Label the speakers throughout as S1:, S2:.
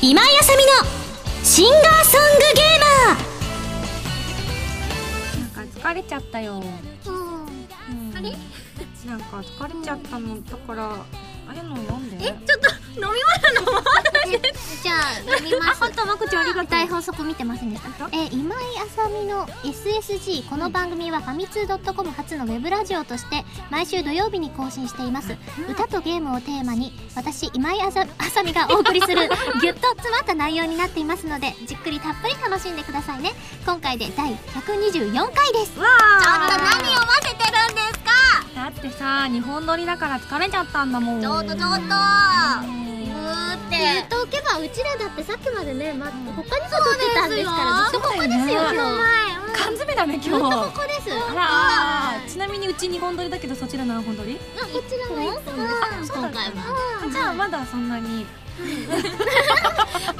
S1: 今井あさみのシンガーソングゲーマー
S2: なんか疲れちゃったよ、うん
S3: あれ
S2: なんか疲れちゃったのだからあれの読んで
S3: え、ちょっと飲み物飲ま
S4: じゃあ読みます
S3: あ、ほんとまこちゃんありがとう
S4: 台本そこ見てませんでした
S2: 本
S4: えー今井あさみの SSG この番組はファミツー .com 初のウェブラジオとして毎週土曜日に更新しています歌とゲームをテーマに私今井あさあさみがお送りす るぎゅっと詰まった内容になっていますのでじっくりたっぷり楽しんでくださいね今回で第124回です
S2: わ
S4: ちょっ
S2: あ
S4: と何を混ぜてるんですか
S2: だってさ日本撮りだから疲れちゃったんだもん
S4: ちょっとちょっと
S2: う
S4: うんーって言っておけばうちらだってさっきまでね、ま、他にも撮ってたんですからずっとここですよ今
S2: そうだよね
S4: 日
S2: 缶詰だね
S4: ずっとこ
S2: 今日
S4: こです
S2: あらちなみにうち2本撮りだけどそちら何本撮り
S4: あこちらが一本です今回は
S2: じゃあまだそんなに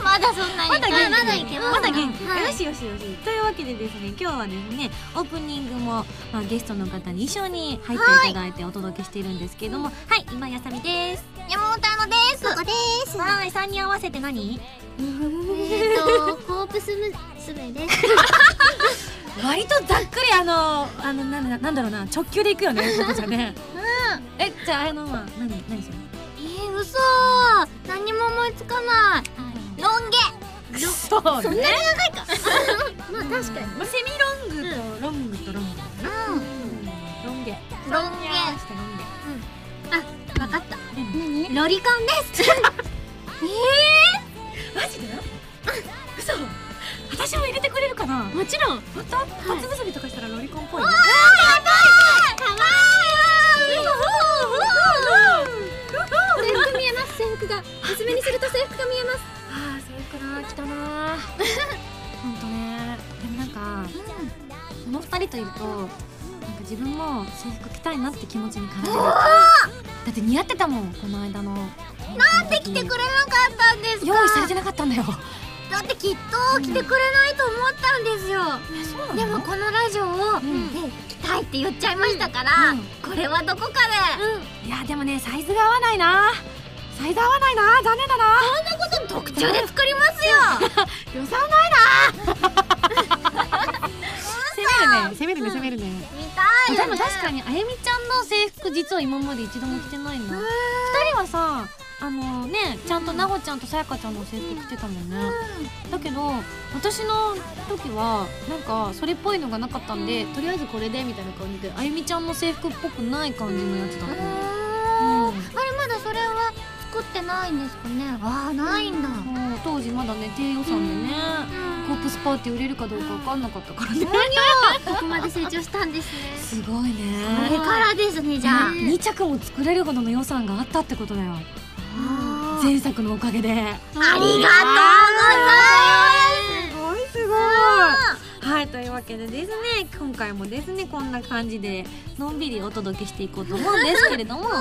S4: まだそんなに
S2: まだ元気
S4: まだいけます
S2: まだ元気、
S4: はい
S2: よしよしよしというわけでですね今日はですねオープニングも、まあ、ゲストの方に一緒に入っていただいてお届けしているんですけれどもはい、今やさみです
S4: 山本あのですここです
S2: はい3人合わせて何
S4: えっとコープス娘です
S2: 割とざっくりあのあのなんだなんだろうな直球でいくよ ねこちらねうんえじゃああのまあ何何しよう
S4: えー嘘何も思いつかないロン
S2: くそねそんな
S4: 毛
S2: に
S4: まあ確かに
S2: セミロングとロングとロングロ
S4: ロン
S2: ン毛にゃーしてロン毛
S4: 毛わかった何ロリコン です
S2: マジで嘘私も入れてくれるかな
S4: もちろん
S2: 本当初結びとかしたらロリコンっぽい
S4: か
S2: ね
S4: わいい制服見えます制服が娘にすると制服が見えます
S2: ああ制服な来たなほんとねでもなんかこの二人といるとなんか自分も制服着たいなって気持ちに感じるだって似合ってたもんこの間のなんで
S4: 来てくれなかったんです
S2: 用意されてなかったんだよ
S4: だってきっと来てくれないと思ったんですよでもこのラジオを
S2: ん
S4: ね来たいって言っちゃいましたから
S2: うん
S4: これはどこかで
S2: いやでもねサイズが合わないなサイズ合わないな残念だな
S4: 特注で作りますよ
S2: 予算ない な攻めるね攻めるね攻めるね、
S4: 見たい
S2: でも確かにあゆみちゃんの制服実は今まで一度も着てないな二人はさあのねちゃんとなほちゃんとさやかちゃんの制服着てたもんねだけど私の時はなんかそれっぽいのがなかったんでとりあえずこれでみたいな感じであゆみちゃんの制服っぽくない感じのやつだっ
S4: あ
S2: たうん
S4: れまだそれは作ってないんですかねああないんだ
S2: そう当時まだね低予算でねコープスパーティー売れるかどうか分かんなかったからね
S4: ここまで成長したんですね
S2: すごい
S4: これ
S2: ね
S4: からですねじ
S2: じ
S4: ゃ
S2: ゃ
S4: あ
S2: あ2着も作れるほどの予算があったってことだよ
S4: あ
S2: 前作のおかげであ
S4: りがとうございます
S2: すごいすごいはいというわけでですね今回もですねこんな感じでのんびりお届けしていこうと思うんですけれどもこの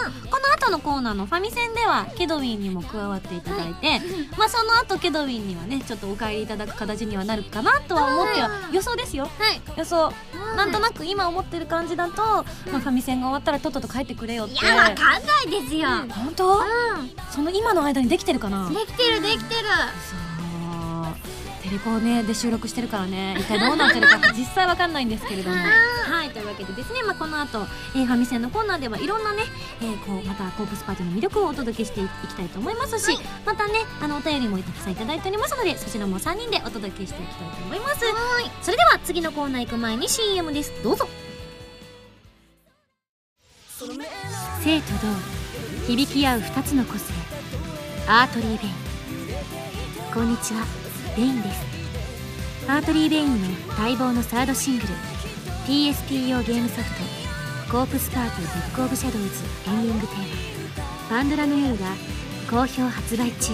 S2: 後のコーナーのファミセンではケドウィンにも加わっていただいて、まあその後ケドウィンにはねちょっとお帰りいただく形にはなるかなとは思っては予想ですよ
S4: はい
S2: 予想
S4: うん
S2: なんとなく今思ってる感じだと、まあ、ファミセンが終わったらとっとと帰ってくれよって
S4: いやわかんないですよ
S2: 本当、その今の間にできてるかな
S4: できてるできてる
S2: そうテレコねで収録してるからね一体どうなって るかって実際わかんないんですけれどもはいというわけでですね、まあ、この後、えー、ファミセンのコーナーではいろんなね、えーこうまたコープスパーティーの魅力をお届けしていきたいと思いますし、またねあのお便りもたくさんいただいておりますのでそちらも3人でお届けしていきたいと思いますそれでは次のコーナー行く前に CM ですどうぞ生と動響き合う2つの個性アートリー・ベインこんにちは、ベインです。アートリー・ベインの待望のサードシングル、PSP 用ゲームソフト、コープスパーティー・ブック・オブ・シャドウズエンディングテーマ、パンドラの夜が好評発売中。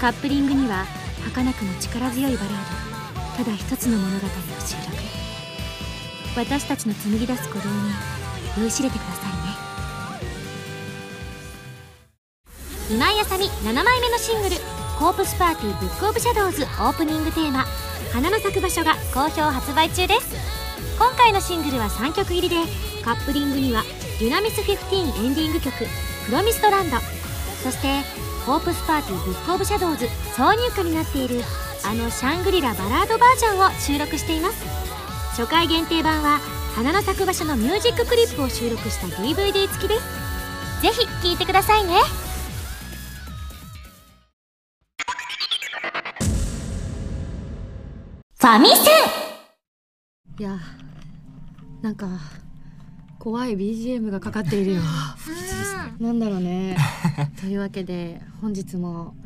S2: カップリングには、儚くも力強いバラード、ただ一つの物語を収録。私たちの紡ぎ出す鼓動に酔いしれてくださいね。
S4: 今井あさみ7枚目のシングル「コープスパーティーブックオブシャドウズ」オープニングテーマ「花の咲く場所」が好評発売中です今回のシングルは3曲入りでカップリングには
S5: ユナミス15エンディング曲「プロミストランド」そしてホープスパーティーブックオブシャドウズ挿入歌になっているあのシャングリラバラードバージョンを収録しています初回限定版は花の咲く場所のミュージッククリップを収録した DVD 付きですぜひ聴いてくださいね
S6: ファミセ
S2: いやなんか怖い BGM がかかっているよなんだろうね というわけで本日も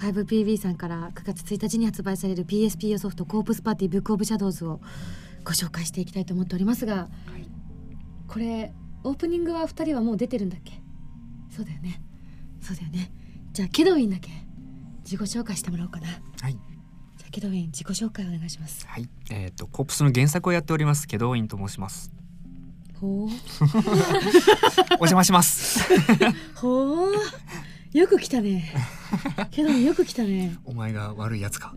S2: 5PB さんから9月1日に発売される PSP 用ソフト「コープスパーティーブックオブシャドウズをご紹介していきたいと思っておりますが、これオープニングは2人はもう出てるんだっけそうだよねそうだよねじゃあケドウィンだけ自己紹介してもらおうかな
S7: は
S2: じゃあ
S7: い
S2: ケドウィン自己紹介お願いします
S7: はいえっ、とコープスの原作をやっておりますケドウインと申します
S2: ほう
S7: お邪魔します
S2: ほうよく来たねけどよく来たね
S7: お前が悪いやつか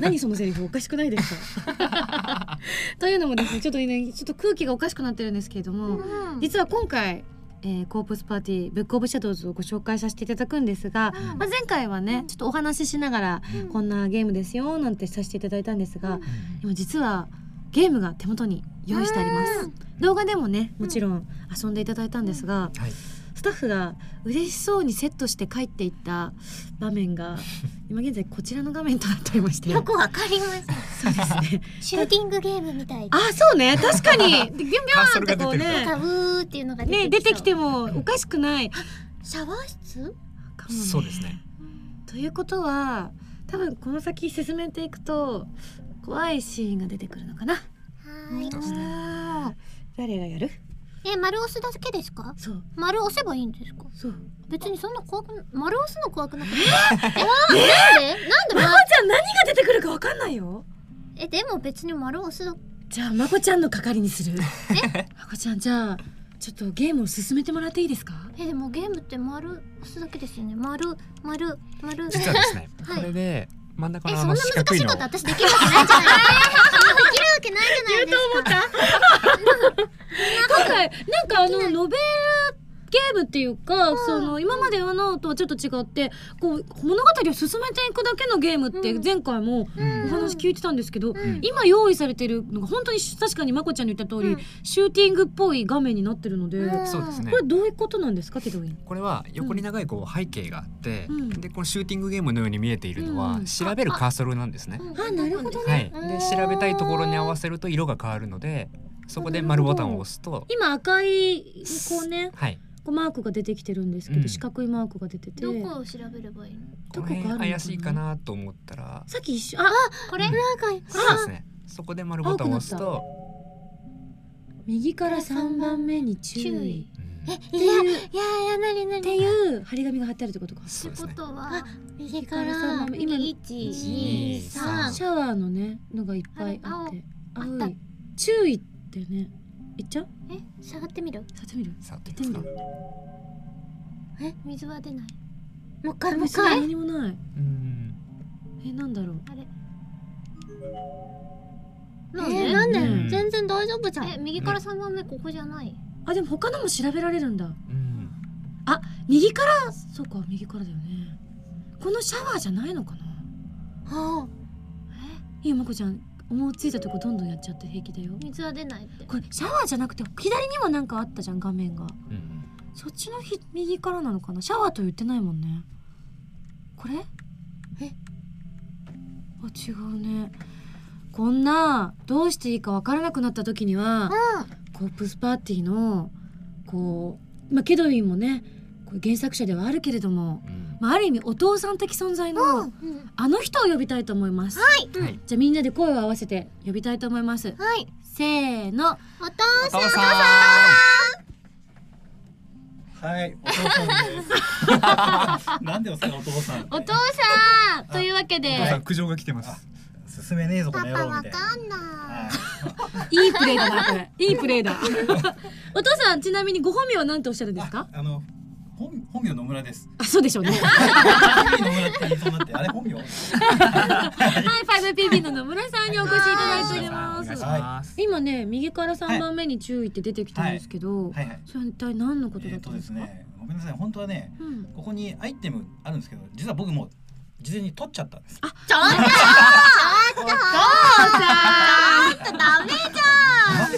S2: 何そのセリフおかしくないですか というのもですねちょっとねちょっと空気がおかしくなってるんですけれども、実は今回、えーコープスパーティーブックオブシャドウズをご紹介させていただくんですが、まあ、前回はねちょっとお話ししながら、こんなゲームですよなんてさせていただいたんですが、今実はゲームが手元に用意してあります、動画でもねもちろん遊んでいただいたんですが、
S7: はい
S2: スタッフが嬉しそうにセットして帰っていった場面 が今現在こちらの画面となっておりまして
S4: よくわかりません
S2: そうですね
S4: シューティングゲームみたいな
S2: あそう ね確かにでビュンビ
S7: カー
S2: ュ
S7: ソ
S2: ンっ
S7: ル
S2: て
S7: が
S2: こう
S7: 出てる
S2: ね
S4: なんかうーっていうのが出てき
S2: ね出てきてもおかしくない
S4: シャワー室
S2: かもね
S7: そうですね
S2: ということは多分この先進めていくと怖いシーンが出てくるのかな
S4: はい
S7: そうですね
S2: 誰がやる
S4: え丸押すだけですか
S2: そう
S4: 丸押せばいいんですか
S2: そう
S4: 別にそんな怖くな丸押すの怖く なかったえなんでなんで
S2: まこち
S4: 丸
S2: ゃん何が出てくるかわかんないよ
S4: えでも別に丸押すだ
S2: じゃあまこちゃんの係にするまこちゃんじゃあちょっとゲームを進めてもらっていいですか
S4: えでもゲームって丸押すだけですよね丸丸丸
S7: 実はですね、
S4: はい
S7: これで真ん中
S4: え
S7: の
S4: そ
S7: あ
S4: んな
S7: の四角
S4: 難し
S7: い
S4: い
S7: の
S4: こと私できるわけないじゃないですか
S2: 今回なんかあのノベルゲームっていうか、その今までのとはちょっと違ってこう物語を進めていくだけのゲームって前回も
S7: うん
S2: お話聞いてたんですけど、
S7: ん
S2: 今用意されてるのが本当に確かにまこちゃんの言った通り、シューティングっぽい画面になってるので、こ
S7: そうですね
S2: れどういうことなんですかテドウィン
S7: これは横に長いこう背景があって、
S2: うん
S7: でこのシューティングゲームのように見えているの
S2: う
S7: は
S2: ん
S7: 調べるカーソルなんですね。
S2: あなるほど
S7: はい、
S4: う
S7: で
S4: ん
S7: 調べたいところに合わせると色が変わるのでそこで
S2: なる
S7: 丸
S2: ほど
S7: ボタンを押すと
S2: 今赤いこうね
S7: はい
S2: こうマークが出てきてるんですけど、
S7: うん
S2: 四角いマークが出てて
S4: どこを調べればいいの
S7: こ
S2: どこがあるの
S7: の
S2: かな
S7: 辺怪しいかなと思ったら
S2: さっき一緒あ
S4: これ
S7: そうですねそこで丸ボタンを押すと、
S2: 右から3番目に注
S4: 注
S2: 意
S4: 意
S7: うん
S2: っていう
S4: いやいやなにな
S2: っていう張り紙が貼ってあるってことか。
S7: そうです
S4: こ
S7: ね
S4: とは右
S2: から今
S4: 一二三
S2: シャワーのねのがいっぱいあって、青い注意ってね。いっちゃう？
S4: え触ってみる
S2: 触ってみる？
S7: さて
S2: 行ってみる。
S4: え水は出ない
S2: もう一回
S4: もう一回
S2: 何もない。
S7: うん
S2: えなんだろう。
S4: なんで、
S2: えー
S4: なんで、
S7: うん
S4: 全然大丈夫じゃんえ右から三番目ここじゃない
S2: あでも他のも調べられるんだ。
S7: うん
S2: 右からそうか右からだよね。このシャワーじゃないのかな？
S4: あ
S2: いいよまこちゃん思いついたとこどんどんやっちゃって平気だよ。
S4: 水は出ないって
S2: これシャワーじゃなくて左にもなんかあったじゃん画面が。
S7: うん
S2: そっちのひ右からなのかなシャワーと言ってないもんねこれえあ違うねこんなどうしていいかわからなくなった時には、コープスパーティーのこうまあケドウィンもねこう原作者ではあるけれども、
S7: うん
S2: まあ、ある意味お父さん的存在の、
S4: うん
S2: あの人を呼びたいと思いますはい、
S7: はい
S2: じゃあみんなで声を合わせて呼びたいと思います、
S4: はい
S2: せーの
S4: お父
S7: お
S4: さん
S7: 父さ
S8: はい、お父さん です。なんでお父さん。
S2: お父さんというわけで
S7: んお父さん苦情が来てます
S8: 進めねえぞこ
S4: パ
S8: の野
S4: パ
S8: 郎
S4: わ
S8: みたいな。
S4: かんない
S2: いいプレ ーだなこれ。いいプレーだ。お父さんちなみにご本名は何ておっしゃるんですか
S8: あ。あの本本名野 村です。
S2: あそうでしょうね
S8: 本名野村って言いそうになってあれ本名。
S2: はい 5PB の野村さんにお越しいただいており
S7: お
S2: ま
S7: 願いし
S2: す
S7: ます。
S2: 今ね右から三番目に注意って出てきたんですけど、
S8: はいはい。
S2: それは一体何のこと
S8: え
S2: だ
S8: っ
S2: った
S8: と
S2: ん
S8: で
S2: です
S8: す
S2: か、
S8: ね、ごめんなさい本当はね
S2: うん、
S8: ここにアイテムあるんですけど実は僕もう事前に取っちゃったんです。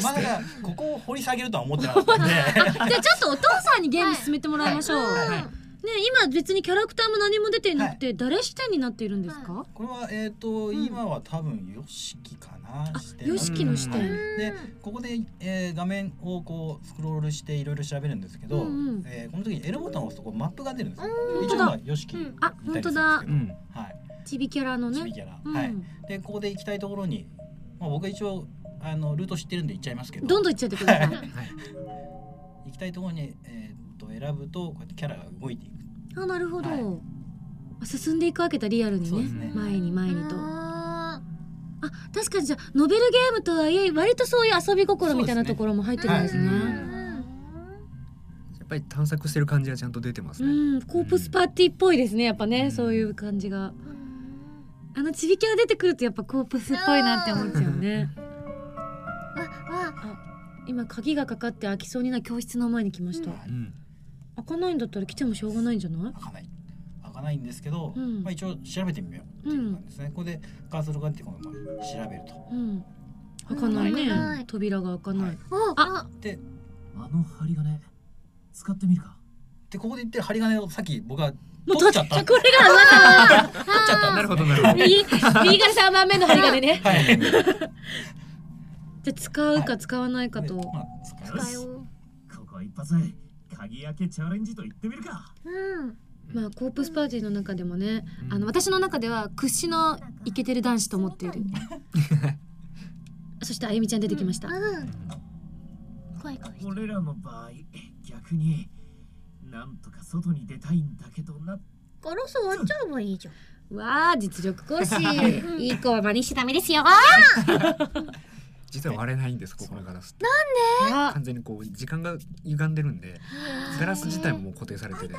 S8: ままだここを掘り下げるとは思ってなかったんで。
S2: じゃあちょっとお父さんにゲーム進めてもらいましょう、
S8: はい
S2: ね今別にキャラクターも何も出てなくて、誰視点になっているんですか、
S8: これはえっ、と、
S2: ん
S8: 今は多分ヨシキかな。
S2: あ
S8: して
S2: 様式の視点、
S7: うん
S8: でここで、えー画面をこうスクロールしていろいろ調べるんですけど、
S2: うんうん
S8: えーこの時に L ボタンを押すとこうマップが出るんですよ。一応
S2: 本当だ
S8: まあヨシキ
S2: あ本当だ
S8: 見たりす
S7: う
S8: るん
S7: ん。
S8: ですけどはい。
S2: ちびキャラの
S8: ち
S2: ね
S8: びキャラ、
S2: うん
S8: はい。でここで行きたいところに、まあ僕は一応あのルート知ってるんで行っちゃいますけど、
S2: どんどんいっちゃってください
S8: 行きたいところにえーっと選ぶとこうやってキャラが動いていく。
S2: あなるほど、
S8: はい
S2: あ進んでいくわけだリアルに
S8: そう
S2: ね
S8: ですね
S2: 前に前にとあ
S9: あ
S2: 確かにじゃあノベルゲームとはいえ割とそういう遊び心みたいなところも入ってるんですね
S7: そううですねはいやっぱり探索してる感じがちゃんと出てますね。
S2: んコープスパーティーっぽいですねやっぱね、
S7: うん
S2: そういう感じがあのちびキャラ出てくるとやっぱコープスっぽいなって思っちゃうね今鍵がかかって開きそうにな教室の前に来ました、
S8: はい
S7: うん。
S2: 開かないんだったら来てもしょうがないんじゃない
S8: 開かない開かないんですけど、
S2: うん
S8: まあ一応調べてみようっていう感じですね。ここでカーソルが出てこのまま調べると。
S2: うん開かないね、
S9: 開かない
S2: 扉が開かない、
S8: はいで
S10: あの針金使ってみるか
S8: でここで言ってる針金をさっき僕は
S2: もう
S8: 取
S2: 取
S8: っ
S2: っ
S8: ち
S2: ち
S8: ゃ
S2: ゃ
S8: っ
S2: ったたこれが噂の
S8: 取っちゃったん
S7: な
S8: で
S7: る
S8: すね、
S7: ほどなる ほど。
S2: 右右から3番目 の針金ね
S8: はい。
S2: じゃあ使うか使わないかと、
S8: まあ使います
S10: ここ一発鍵開けチャレンジと言ってみるか
S2: まあコープスパーティーの中でもね、
S7: うん
S2: あの私の中では屈指のイケてる男子と思 っているそしてあゆみちゃん出てきました、
S10: 俺らの場合逆になんとか外に出たいんだけどな
S9: ガラス割っちゃえばいいじゃん。
S2: わあ実力講師いい子は真似しちゃダメですよ
S7: 実は割れないんですここのガラスって。完全にこう時間が歪んでるんで、ガラス自体ももう固定されてて。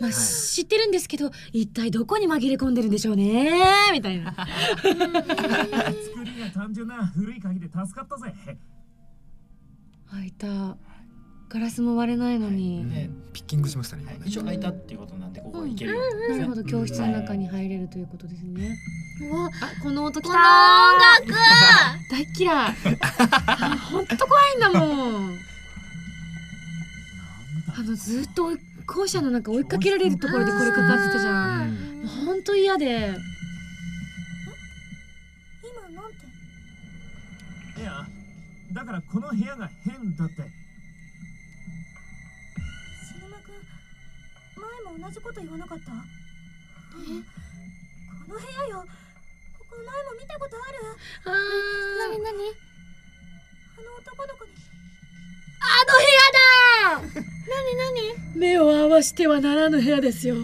S2: まあ、
S7: はい
S2: 知ってるんですけど一体どこに紛れ込んでるんでしょうねみたいな
S10: 作りが単純な古い鍵で助かったぜ
S2: 開いたガラスも割れないの
S7: う
S2: に、
S7: んピッキングしましたね。
S8: はい
S7: 今、ね
S8: 一応開いたっていうことなんでここは行けるようになってます
S2: な
S8: ね
S2: るほど教室の中に入れるということですね、
S9: わ
S2: あこの音きたー音楽大嫌いあ本当怖いんだもんあのずっと校舎の中追いかけられるところでこれかかってたじ
S7: う
S2: ゃんも
S7: ん
S2: う本当嫌で
S9: 今なんて。
S10: いやだからこの部屋が変だって
S4: シルマくん前も同じこと言わなかったこの部屋よここ前も見たことある
S2: あ
S9: なになに。
S4: あの男の子に
S2: ー目を合わしてはならぬ部屋ですよ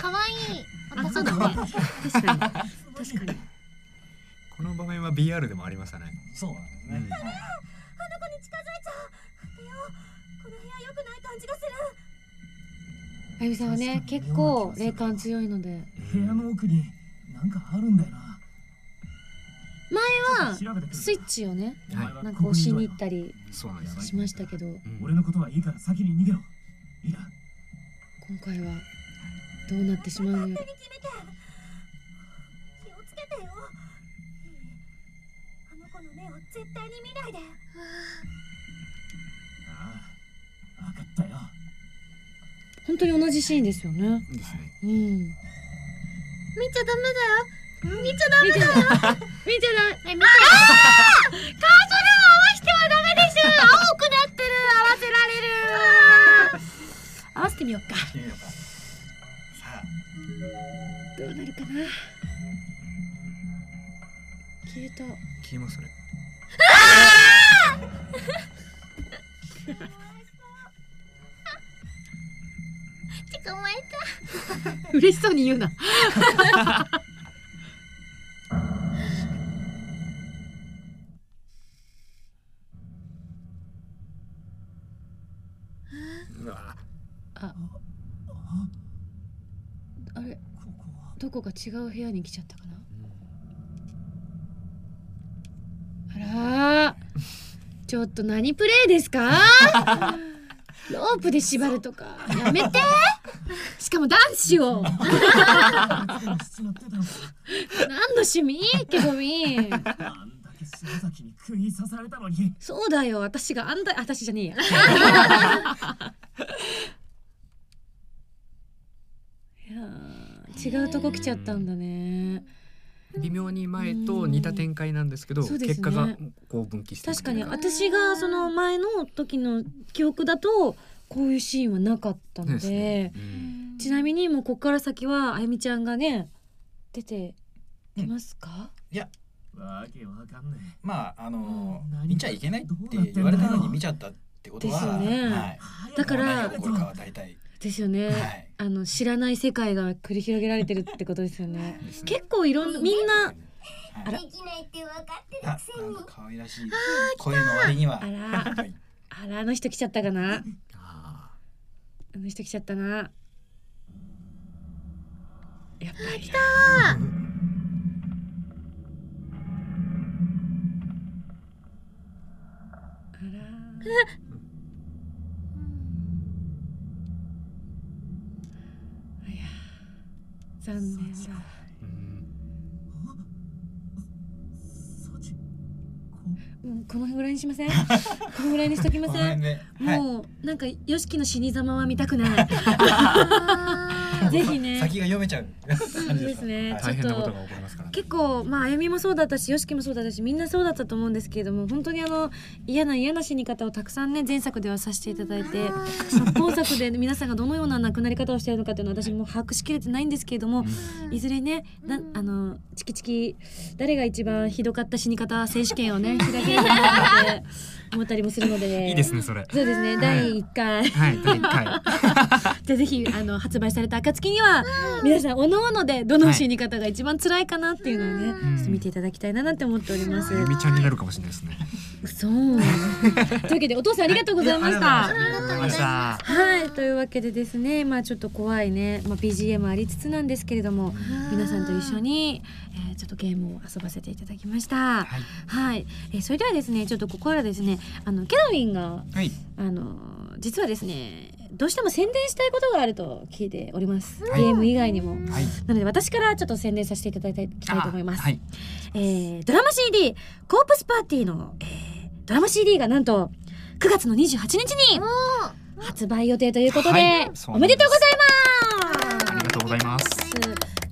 S9: 可愛い。
S2: あ
S9: 私そうだね。
S2: 確かに 確かに
S7: この場面は BR でもありましたね。
S8: そうなんですね。はい
S4: あの子に近づいちゃうでよこの部屋良くない感じがする
S2: あゆみさんはね結構霊感強いので
S10: 部屋の奥になんかあるんだよな
S2: 前は
S10: 調べてくる
S2: スイッチをね
S10: お前は
S2: なんか
S10: ここ
S2: 押
S10: にい
S2: し
S10: ろよ
S2: に行ったり
S7: そうなんですよ。
S2: しましたけど
S7: うん
S10: 俺のことはいいから先に逃げろいいな
S2: 今回はどうなってしまうのよ
S4: 手に決めて気をつけてよあの子の目を絶対に見ないで
S10: ああ分かったよ
S2: 本当に同じシーンですよね
S7: ですね。
S2: うん
S9: 見ちゃダメだよ。見ちゃ
S2: 見てない見てない
S9: ダメ。見て。
S2: 合わせてみようか
S8: 行ってみようかさ
S2: どうなるかな消えた
S7: 消えますね。
S9: 捕まえた。
S2: 嬉しそうに言うな
S7: うわ
S10: あ
S2: あれ
S10: ここは
S2: どこか違う部屋に来ちゃったかなあらーちょっと何プレイですかロープで縛るとかやめてしかも男子を何
S10: 全部しちまってたのか
S2: の趣味けどみん
S10: あんだけ島崎に食い刺されたのに
S2: そうだよ私があんだ私じゃねえやいやー違うとこ来ちゃったんだね
S7: 微妙に前と似た展開なんですけど、
S2: うんそうですね
S7: 結果がこう分岐してる
S2: 確かに
S7: ね
S2: 私がその前の時の記憶だとこういうシーンはなかったので
S7: ですねうん
S2: ちなみにもうここから先はあゆみちゃんがね出てきますか、
S10: わけわかんねえ
S8: まああの
S10: 何
S8: 見ちゃいけないって言われたのに見ちゃったってことは、
S2: ですよね
S8: はい、
S10: 早く
S2: だから
S8: 何が起こるかは大体、
S2: ですよね、
S8: はい、
S2: あの知らない世界が繰り広げられてるってことですよ ね
S7: ですね
S2: 結構いろんなみんな
S8: あら
S4: できないって分かって
S8: あ
S4: たくせ
S8: なん
S4: に
S8: か可愛らしい声の割には
S2: あら
S8: はい
S2: あらあの人来ちゃったかな
S7: あ
S2: あの人来ちゃったなやっぱりあらいや残念だ
S7: ーうん
S10: そっちこ
S2: うんこのぐらいにし ませんこのぐらいにしときま
S8: この
S2: せ
S8: 辺
S2: ん
S8: で、はい
S2: もうなんかよしきの死に様は見たくない ぜひね
S8: 先が読めちゃう感じ
S2: ですね
S8: はい
S2: ちょっ
S7: 大変な
S2: と
S7: ことが起こりますからね
S2: 結構まああゆみもそうだったしよしきもそうだったしみんなそうだったと思うんですけれども本当にあの嫌な嫌な死に方をたくさんね前作ではさせていただいてまあ今作で皆さんがどのような亡くなり方をしているのかっていうのは私も把握しきれてないんですけれどもいずれねなあのチキチキ誰が一番ひどかった死に方選手権をね開けるなって思ったりもするので
S7: いいですねそれ
S2: そうですね第1回
S7: はい第一回
S2: じゃあぜひあの発売された暁には、皆さんおのおのでどの死に方が一番辛いかなっていうのをね、
S7: うん
S2: ちょっと見ていただきたいななんて思っております。
S7: ゆみちゃんになるかもしれないですね
S2: そう。というわけでお父さんありがとうございました。
S7: ありがとうございました
S2: はいというわけでですねまあちょっと怖いね、まあ、BGM ありつつなんですけれども皆さんと一緒に、えーちょっとゲームを遊ばせていただきましたはい、えーそれではですねちょっとここからですねあのケドウィンが
S8: はい
S2: あの実はですねどうしても宣伝したいことがあると聞いております、
S7: はい
S2: ゲーム以外にも、
S7: はい
S2: なので私からちょっと宣伝させていただきたいと思います、
S7: あはい
S2: えードラマ CD コープスパーティーの、えードラマ CD がなんと9月の28日に発売予定ということで、
S7: はいそう
S2: お
S7: な
S2: め
S7: んです
S2: でとうございます
S7: ありがとうございます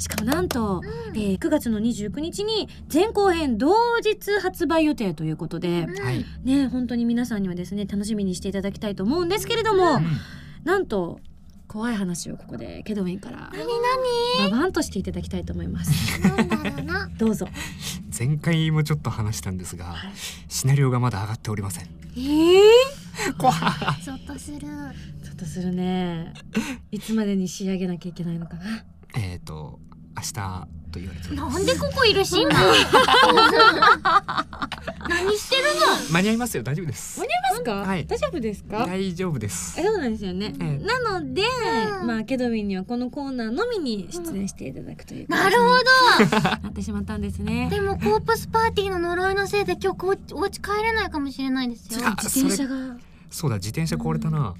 S2: しかもなんと、えー9月の29日に前後編同日発売予定ということで、
S7: はい
S2: ね本当に皆さんにはですね楽しみにしていただきたいと思うんですけれども、なんと怖い話をここでケドウィンからババンとしていただきたいと思います
S9: なんだろうな
S2: どうぞ
S7: 前回もちょっと話したんですがシナリオがまだ上がっておりません
S2: ええ
S7: 怖い
S9: ゾッとする
S2: ちょっとするねいつまでに仕上げなきゃいけないのかな
S7: えっと明日と言われております
S11: なんでここいるし今
S7: 間に合いますよ大丈夫です
S2: ですか、
S7: はい
S2: 大丈夫ですか
S7: 大丈夫です
S2: あそうなんですよね、
S7: ええ
S2: なので、まあケドウィンにはこのコーナーのみに出演していただくという、
S11: なるほ
S2: どなってしまったんですね
S3: でもコープスパーティーの呪いのせいで今日こうお家帰れないかもしれないですよ。
S7: あ
S2: 自転車が
S7: それそうだ自転車壊れたな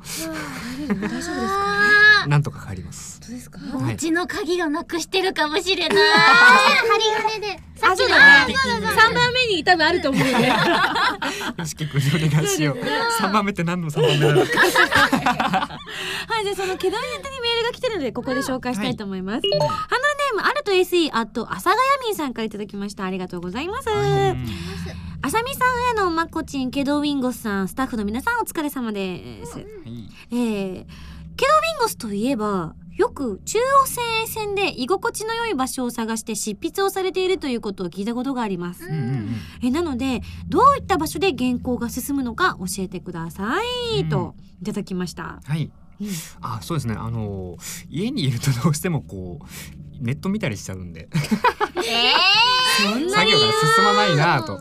S2: 帰れるの大丈夫ですか
S7: なんとか帰ります
S2: 本当ですか
S7: お
S11: うちの鍵がなくしてるかもしれない
S9: 針金でさっきの
S2: 三番目に多分あると思うんで。
S7: よしきくんお願いしよう三番目って何の三番目なのか
S2: はい、じゃあそのケダイ宛てにメールが来てるのでここで紹介したいと思います。ハンドルネームあると SE あと朝ヶ谷民さんからいただきました。ありがとうございます。あさみさんへのまこちん、ケドウィンゴスさん、スタッフの皆さんお疲れ様です。えー、ケドウィンゴスといえばよく中央線沿線で居心地の良い場所を探して執筆をされているということを聞いたことがあります。
S7: うんうんうん
S2: えなのでどういった場所で原稿が進むのか教えてください、
S7: うん
S2: といただきました。
S7: はい
S2: うん。
S7: あ、そうですね。あの家にいるとどうしてもこうネット見たりしちゃうんで、
S2: そんな
S7: 作
S2: に
S7: 業が進まないなぁと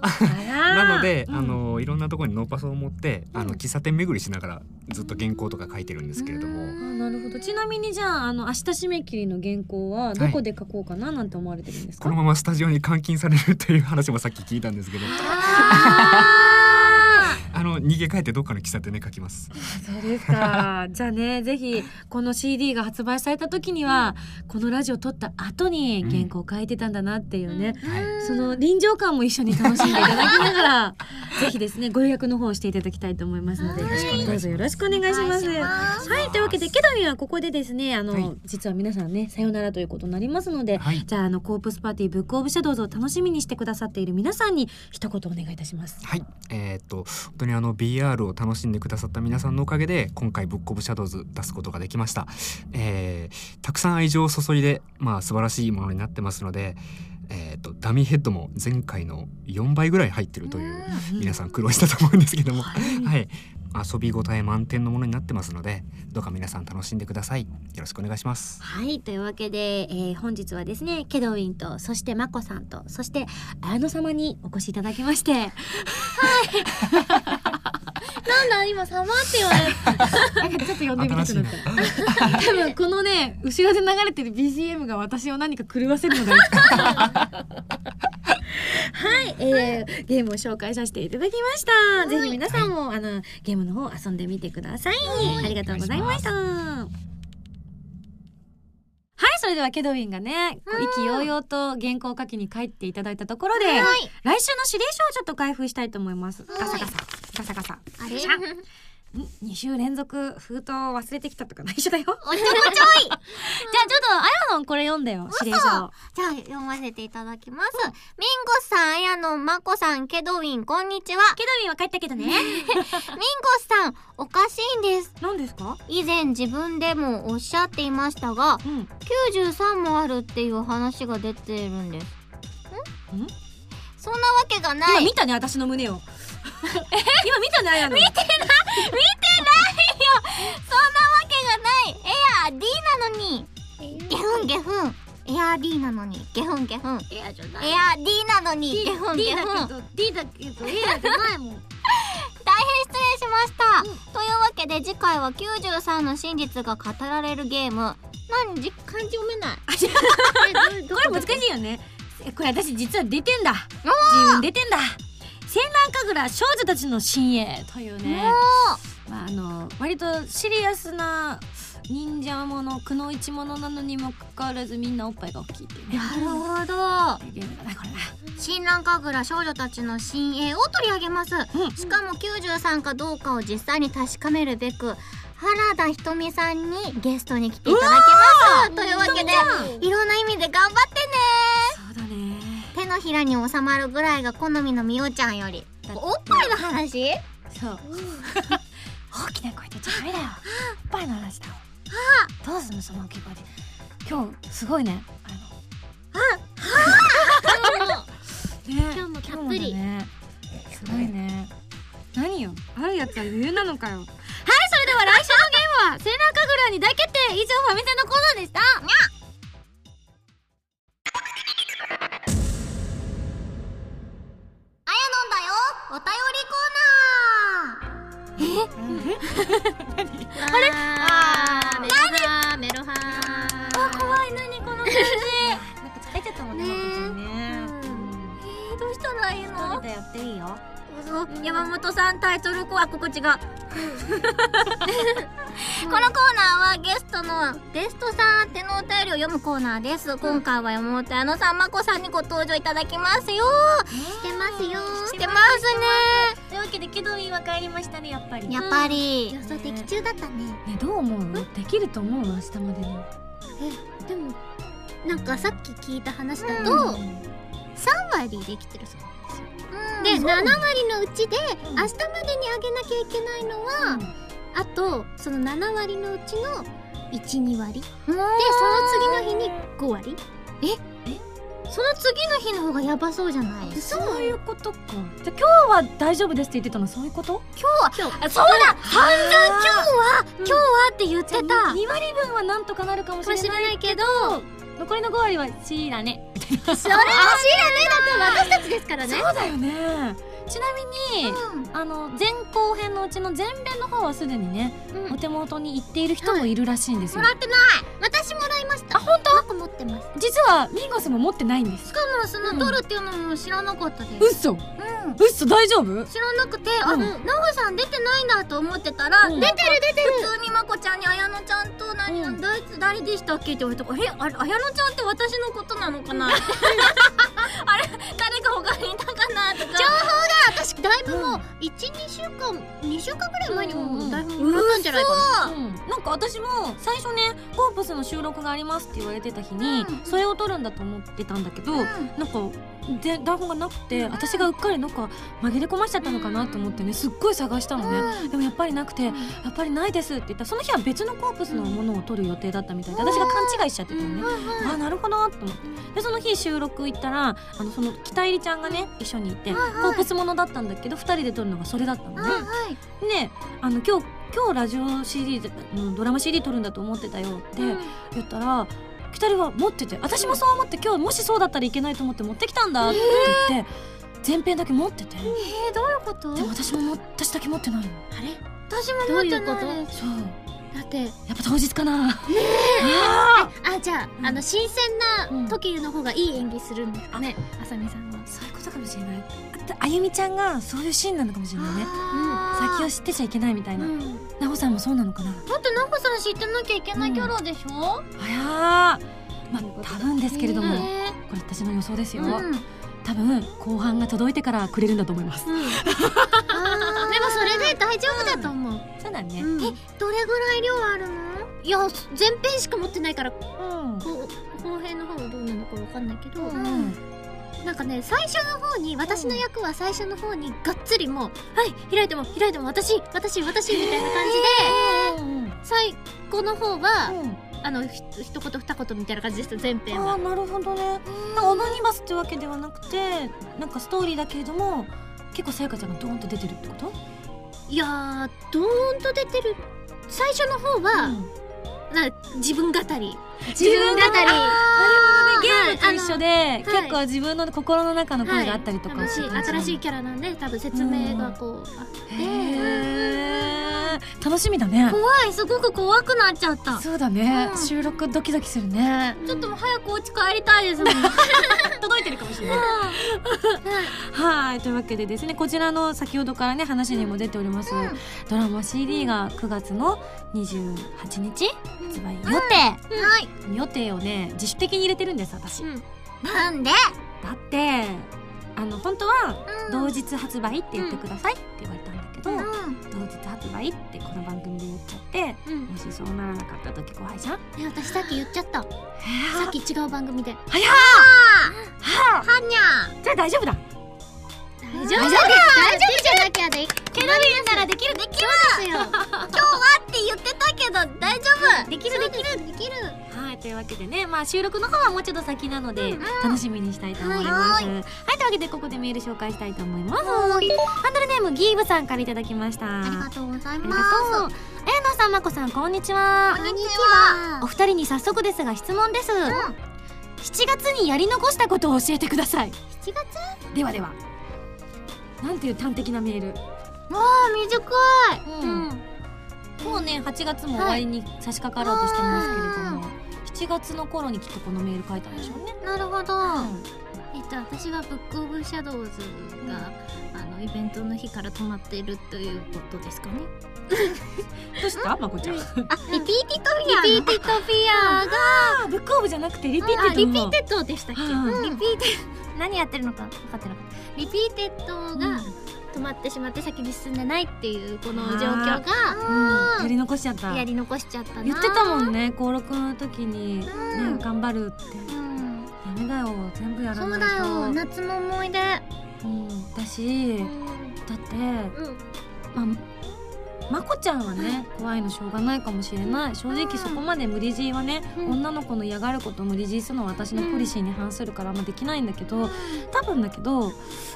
S7: なので、
S2: うん
S7: あのいろんなところにノーパソを持って、あの喫茶店巡りしながらずっと原稿とか書いてるんですけれども、
S2: あなるほどちなみにじゃああの明日締め切りの原稿はどこで書こうかななんて思われてるんですか、
S7: このままスタジオに監禁されるという話もさっき聞いたんですけどあの逃げ帰ってどっかの喫茶店で書きます
S2: そうですか じゃあねぜひこの CD が発売された時には、このラジオ撮った後に原稿書いてたんだなっていうね、
S7: はい
S2: その臨場感も一緒に楽しんでいただきなが らぜひですねご予約の方をしていただきたいと思いますので、
S7: よろしくお願いします
S2: どうぞよろしくお願いします。はいというわけでケダミンはここでですねあの、
S7: はい
S2: 実は皆さんねさよならということになりますので、
S7: はい
S2: じゃああのコープスパーティーブックオブシャドウズを楽しみにしてくださっている皆さんに一言お願いいたします。
S7: はいえーっと本当にあの BR を楽しんでくださった皆さんのおかげで今回「ブックオブシャドウズ」出すことができました、えーたくさん愛情を注いでまあ素晴らしいものになってますのでえーっとダミーヘッドも前回の4倍ぐらい入ってるという皆さん苦労したと思うんですけども、はい、遊び応え満点のものになってますのでどうか皆さん楽しんでくださいよろしくお願いします
S12: はいというわけで、えー本日はですねケドウィンとそしてマコさんとそして綾乃様にお越しいただきまして
S4: なんだ今様って言われる
S2: なんかちょっと呼んでみたく
S7: 新し
S2: ないった。
S7: な
S2: 多分このね後ろで流れてる BGM が私を何か狂わせるのではなくてはい、えー、ゲームを紹介させていただきましたぜひ皆さんも、あのゲームの方遊んでみてください、ありがとうございましたはいそれではケドウィンがねこう意気揚々と原稿を書きに帰っていただいたところで、来週の指令書をちょっと開封したいと思いますガサガサガサガサ
S4: あれ
S2: 2週連続封筒忘れてきたとか内緒 だよ
S4: おちょこちょい
S2: じゃあちょっとあやのんこれ読んだよ指令書を
S4: じゃあ読ませていただきます。ミンゴさん、あやの、まこさん、ケドウィン、こんにちは。
S2: ケドミンは帰ったけど ね
S4: ミンゴさん、おかしいんです。
S2: 何ですか
S4: 以前自分でもおっしゃっていましたが、
S2: うん
S4: 93もあるっていう話が出てるんです。ん
S2: ん
S4: そんなわけがな
S2: 今
S4: い。
S2: 見たね私の 胸をえ今見たねあやの見て
S4: そんなわけがない。エアー D なのに。ゲフンゲフン。エアー D なのに。ゲフンゲフン。エ
S11: エアじゃな
S4: アー D なのに。ゲフン
S11: D
S4: ゲフン。
S11: だけど D だけどエアじゃないもん
S4: 大変失礼しました、というわけで次回は93の真実が語られるゲーム何じ漢字読め ない
S2: これ難しいよねえこれ私実は出てんだ自分出てんだ戦乱神楽少女たちの新鋭というねまああの割とシリアスな忍者ものくの一ものなのにもかかわらずみんなおっぱいが大きいっていうね
S4: なるほど
S2: ゲームだなこれな
S4: 新蘭神楽少女たちの新鋭を取り上げます、
S2: うん
S4: しかも93かどうかを実際に確かめるべく原田ひとみさんにゲストに来ていただきますというわけでいろんな意味で頑張ってね
S2: そうだね
S4: 手のひらに収まるぐらいが好みのみおちゃんよりおっぱいの話
S2: そう。大きな声で言っちゃダメだよ。おっぱいの話だよ。どうすんのその大きい声で。今日すごいね。あの。ね、
S11: 今日もたっぷり
S2: 今日もだね。すごいね。何よ。あるやつは余裕なのかよ。はい、それでは来週のゲームはセナカグラに大決定。以上ファミセのコーナーでした。
S4: お便りコーナー。え？あれ？
S11: あメロハー
S4: あ怖い何この感じ。
S2: なんか疲れちゃったもん
S4: ね
S2: ね。
S4: えーどうしたらいいの？
S2: でやっていいよ。
S4: そう山本さんタイトルコアここ違う。このコーナーはゲストのゲストさん宛てのお便りを読むコーナーです。今回は山本あのさんまこさんにご登場いただきますよ。
S11: してますよ
S4: してます
S2: というわけでけどいは帰りましたねやっぱり
S4: ね。やっぱり
S11: 予想的中だったね
S2: ねどう思う？できると思う明日までに。
S11: でもなんかさっき聞いた話だと3割できてるそうで7割のうちで明日までにあげなきゃいけないのはあとその7割のうちの12割でその次の日に5割
S4: その次の日の方がやばそうじゃない？
S2: そういうことか。じゃあ今日は大丈夫ですって言ってたのそういうこと？
S4: あそうだ半分今日は今日はって言ってた
S2: 二割分はなんとかなるかもしれない
S4: ないけど
S2: 残りの5割は C だね
S4: それはシーラネだと私たちですからね
S13: そうだよね
S2: ちなみに、あの前後編のうちの前編の方はすでにね、
S4: うん
S2: お手元に行っている人もいるらしいんですよ、
S4: もらってない私もらいましたあ本当なんか持ってます
S2: 実はミンゴスも持ってないんです
S11: しかもその取るっていうのも知らなかったです、
S2: 嘘うん嘘大丈夫
S11: 知らなくて、あ
S2: うん
S11: の奈穂さん出てないんだと思ってたら、
S2: うん
S11: 出てる出てる普通にまこちゃんに綾乃ちゃんと何、
S2: うん
S11: どいつ誰でしたっけって言われたからえあれ綾乃ちゃんって私のことなのかなあれ誰か他にいたかなとか
S4: 私だいぶもう12週間2週間ぐらい前に
S2: うんうんう
S4: も
S2: ん
S4: だいぶもらったんじゃないかな
S2: うん、なんか私も最初ね「コープスの収録があります」って言われてた日に、
S11: うん
S2: それを撮るんだと思ってたんだけど、なんかで台本がなくて、私がうっかりなんか紛れ込ましちゃったのかなと思ってねすっごい探したのね、でもやっぱりなくて「やっぱりないです」って言ったらその日は別のコープスのものを撮る予定だったみたいで私が勘違いしちゃってたのね、あーなるほどと思ってでその日収録行ったらあのその北入りちゃんがね一緒にいて、コープスものだったんだけど2人で撮るのがそれだったのね、であの今日今日ラジオ CD でうんドラマ CD 撮るんだと思ってたよって言ったら、北里は持ってて私もそう思って今日もしそうだったらいけないと思って持ってきたんだって言って、前編だけ持ってて、
S4: えー、どういうこと
S2: でも私もも私だけ持ってないの
S11: 私も
S4: ど
S11: 持
S4: う
S11: っ
S4: い
S11: て
S4: うこと
S11: ないです
S2: そう
S4: だって
S2: やっぱ当日かな、
S4: あじゃああの新鮮
S2: うん
S4: な時の方がいい演技するんですかねあさみさんは
S2: そういうことかもしれないああゆみちゃんがそういうシーンなのかもしれないね先を知ってちゃいけないみたいな、
S4: う
S2: なほ
S4: ん
S2: 奈穂さんもそうなのかな
S11: だって奈穂さん知ってなきゃいけないキャラでし
S2: あ
S11: ょ、
S2: やーまあ多分ですけれども、
S11: ね
S2: これ私の予想ですよ、
S11: うん
S2: 多分後半が届いてからくれるんだと思います、
S4: でもそれで大丈夫だと思う、
S2: そうだね
S4: え
S11: どれぐらい量あるの
S4: いや前編しか持ってないからこ
S2: うん
S4: う後編の方がどうなのかわかんないけど、
S2: うん
S4: なんかね最初の方に私の役は最初の方にがっつりもう、はい開いても開いても私私私みたいな感じで、
S2: うん
S4: 最後の方は、
S2: うん
S4: あのひ一言二言みたいな感じでした前編
S2: あ
S4: は
S2: あなるほどねなんかオムニバスってわけではなくてなんかストーリーだけれども結構さやかちゃんがドーンと出てるってこと
S4: いやーどーんと出てる最初の方は、
S2: うん
S4: な自分語り自分語
S2: 分語り
S4: り
S2: ゲームと一緒で、
S4: はい
S2: 結構自分の心の中の声があったりとか、
S4: はい新しい新しいキャラなんで多分説明がこう、あ
S2: へー楽しみだね
S11: 怖いすごく怖くなっちゃった
S2: そうだね、
S11: うん
S2: 収録ドキドキするね
S11: ちょっともう早くお家帰りたい ですもん
S2: 届いてるかもしれない。はい、というわけでですね、こちらの先ほどからね、話にも出ております。ドラマ CD が9月の28日発売予定、
S11: はい
S2: 予定をね、自主的に入れてるんです、私。
S4: うん
S11: なんで
S2: だって、あの本当は同日発売って言ってくださいって言われたんだけど、同日発売ってこの番組で言っちゃって、
S4: うん
S2: もしそうならなかった時怖いじゃん。
S4: ね私さっき言っちゃったさっき違う番組で
S2: 早っは
S11: はにゃ
S2: じゃあ大丈夫だ。
S4: 大丈夫です大丈夫じゃなきゃで
S11: 手紙ならできるできる
S4: すよ
S11: 今日はって言ってたけど大丈夫できるできるできる
S2: はいというわけでね、まあ、収録の方はもうちょっと先なので、楽しみにしたいと思います。は
S11: はいい
S2: というわけでここでメール紹介したいと思います。ハンドルネームギーブさんからいただきました。あり
S11: とうござい
S2: がとう。えのさんまこさんこんにちは。
S11: こんにちは
S2: お二人に早速ですが質問です、7月にやり残したことを教えてください
S11: 7月
S2: ではではなんていう端的なメール
S11: あ短
S2: う
S11: い、
S2: んもうね8月も終わりに差し掛かろうとしてますけれども、7月の頃にきっとこのメール書いたんでしょうね、
S11: なるほど、
S4: えっと、私はブックオブシャドウズが、あのイベントの日から止まっているということですかね。
S2: どうしたまこちゃん
S4: あ、リピーティト
S11: フィア
S4: リピーティトフィアが、
S2: あブックオブじゃなくてリピ
S4: あ
S2: ーテ
S4: リピ
S2: ッド
S4: ー
S2: も
S4: テッドでしたっけ？
S2: うん
S4: リピーテ何やってるのか分かってなかった。リピーテッドが止まってしまって先に進んでないっていうこの状況が
S2: うんやり残しちゃった
S4: やり残しちゃったな。
S2: 言ってたもんね高6の時に、ね頑張るって
S4: うん。
S2: ダメだよ全部やら
S11: そ
S2: な
S11: う
S2: い
S11: だ
S2: と
S11: よ夏の思い出
S2: うん、だし、だって、まあ、まこちゃんはね、怖いのしょうがないかもしれない正直そこまで無理強いはね、女の子の嫌がることを無理強いするのは私のポリシーに反するからあんまできないんだけど、多分だけど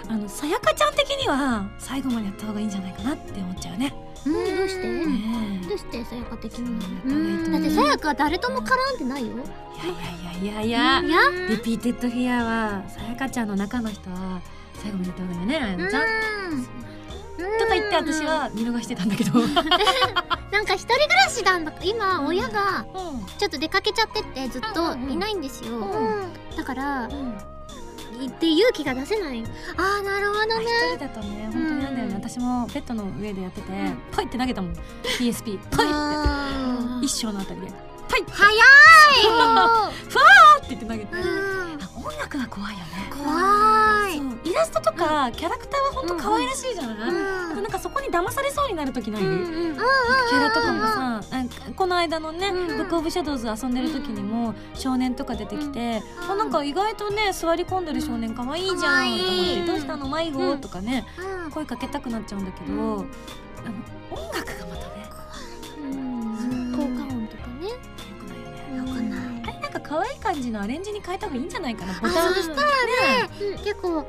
S2: あのさやかちゃん的には最後までやった方がいいんじゃないかなって思っちゃうね。
S11: どうして
S2: ねえ
S4: どうしてさやか的になの
S14: うん
S4: だってさやかは誰とも絡んでないよ
S2: いやいやいやい
S4: いや
S2: やリピーテッドフィアはさやかちゃんの中の人は最後まで言った方がいいよねあやのちゃんとか言って私は見逃してたんだけど
S4: なん か一人暮らしなんだ今親がちょっと出かけちゃってってずっといないんですよ、だから、行って勇気が出せないああなるほどね
S2: 一人だとね本当になんだよね私もベッドの上でやっててポイって投げたもん PSP ポイって一生のあたりでポイって
S4: 早い
S2: って言って投げてあ音楽は怖いよね
S4: 怖い
S2: そうイラストとかキャラクターは本当可愛らしいじゃない、
S4: うん
S2: なんかそこに騙されそうになる時ない、
S4: うんうん
S2: キャラとかもさなんかこの間のね「
S4: うん
S2: ブック・オブ・シャドウズ」遊んでる時にも少年とか出てきて、あなんか意外とね座り込んでる少年可愛いじ
S4: 可
S2: ゃん
S4: 愛い
S2: と思って「どうしたの迷子」とかね
S4: うん
S2: 声かけたくなっちゃうんだけど、あの音楽がまたね
S4: うん効果音とかね
S2: 良くないよ
S4: よ
S2: ね。
S4: くない
S2: あれなんか可愛い感じのアレンジに変えた方がいいんじゃないかなボ
S4: あ
S2: タン
S4: そしたらね結構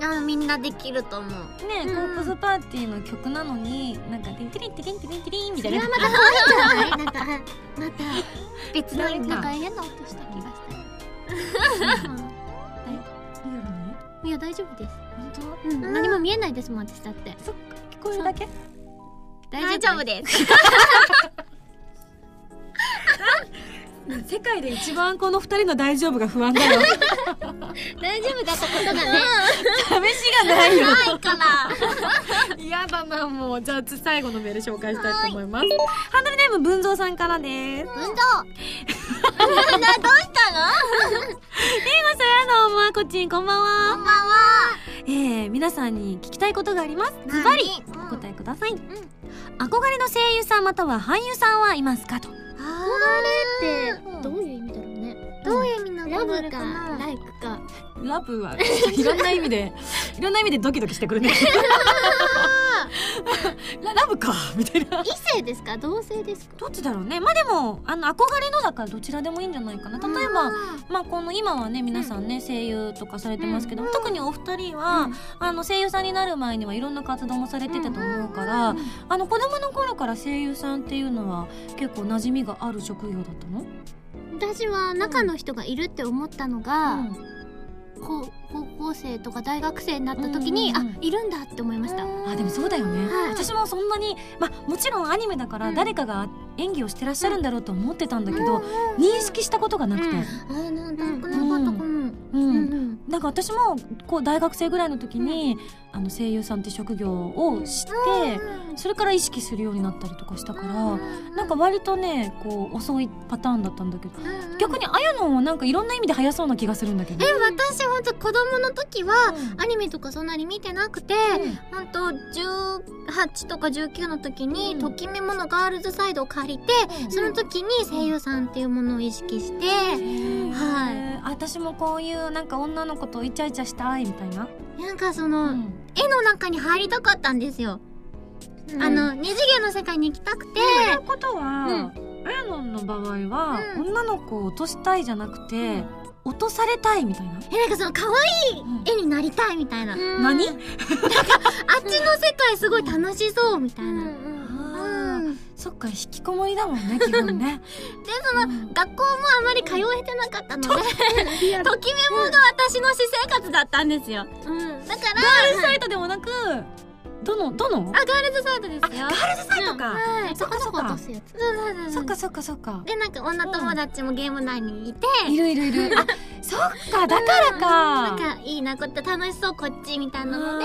S4: あみんなできると思う
S2: ね、
S4: うん
S2: コープスパーティーの曲なのになんか「テンテリンテリンテリンテリン」みたい
S4: ま
S2: な
S4: た可愛いんじゃないなんかあまた別のなんか変な音した気がしたいや大丈夫です
S2: 本
S4: うん何も見えないですもん私だって
S2: 当そっか聞こえるだけ
S4: 大丈夫です
S2: 世界で一番この二人の大丈夫が不安だよ
S4: 大丈夫だったことがね
S2: 試しがないよ
S4: ないから
S2: 嫌だなもうじゃあ最後のメール紹介したいと思いますハンドルネーム文蔵さんからで
S4: 運
S2: す
S4: 動みんなどうしたの
S2: 英語さやのおまこちんこんばんは
S4: こんばんは
S2: えー、皆さんに聞きたいことがありますズバリお答えください、憧れの声優さんまたは俳優さんはいますかと
S4: 憧れって
S9: どういう意味だろうね
S4: どういう意味なの
S9: ラブか
S4: な
S9: ライクか
S2: ラブはいろんな意味 でいろんな意味でドキドキしてくる ねララブかみたいな
S4: 異性ですか同性ですか
S2: どっちだろうねまあでもあの憧れのだからどちらでもいいんじゃないかな例えば、まあこの今はね皆さんね、声優とかされてますけど、特にお二人は、あの声優さんになる前にはいろんな活動もされてたと思うから、あの子供の頃から声優さんっていうのは結構馴染みがある職業だったの、
S4: 私は中の人がいるって思ったのが、こう高校生とか大学生になった時に、
S2: うんうんうん
S4: あいるんだって思いました、
S2: あでもそうだよね、
S4: はい
S2: 私もそんなにまあもちろんアニメだから誰かが演技をしてらっしゃるんだろうと思ってたんだけど、認識したことがなくて、
S4: あなんだ
S2: うん
S4: なかったかも、
S2: うん
S4: うんうん
S2: なんか私もこう大学生ぐらいの時に、あの声優さんって職業を知って、それから意識するようになったりとかしたから、なんか割とねこう遅いパターンだったんだけど、逆にあやのんはなんかいろんな意味で早そうな気がするんだけど。
S4: え私ほんと子供の時は
S2: うん
S4: アニメとかそんなに見てなくて、ほんと18とか19の時に、ときめものガールズサイドを借りて、その時に声優さんっていうものを意識して、はい
S2: い、私もこういうなんか女の子とイチャイチャしたいみたいな、
S4: なんかその、絵の中に入りたかったんですよ、あの二次元の世界に行きたくて、
S2: ということは、あやのんの場合は、
S4: うん
S2: 女の子を落としたいじゃなくて、落とされたいみたいな、
S4: えなんかその可
S2: うん
S4: 愛い絵になりたいみたいな、あ
S2: 何
S4: っちの世界すごい楽しそうみたいな、
S2: あー
S4: うん
S2: そっか引きこもりだもんね基本 ね
S4: でその
S2: うん
S4: 学校もあまり通えてなかったので、ときめもが私の私生活だったんですよ、だから
S2: サイトでもなくどのどの
S4: あガールズサイドですよ
S2: あガールズサイトか
S4: うんはい
S2: そっかそっか
S4: そうそうそう
S2: そっかそっかそっか
S4: でなんか女友達もゲーム内にいて、
S2: いるいるいるあそっかだから
S4: な
S2: か
S4: んかいいなこって楽しそうこっちみたいなので、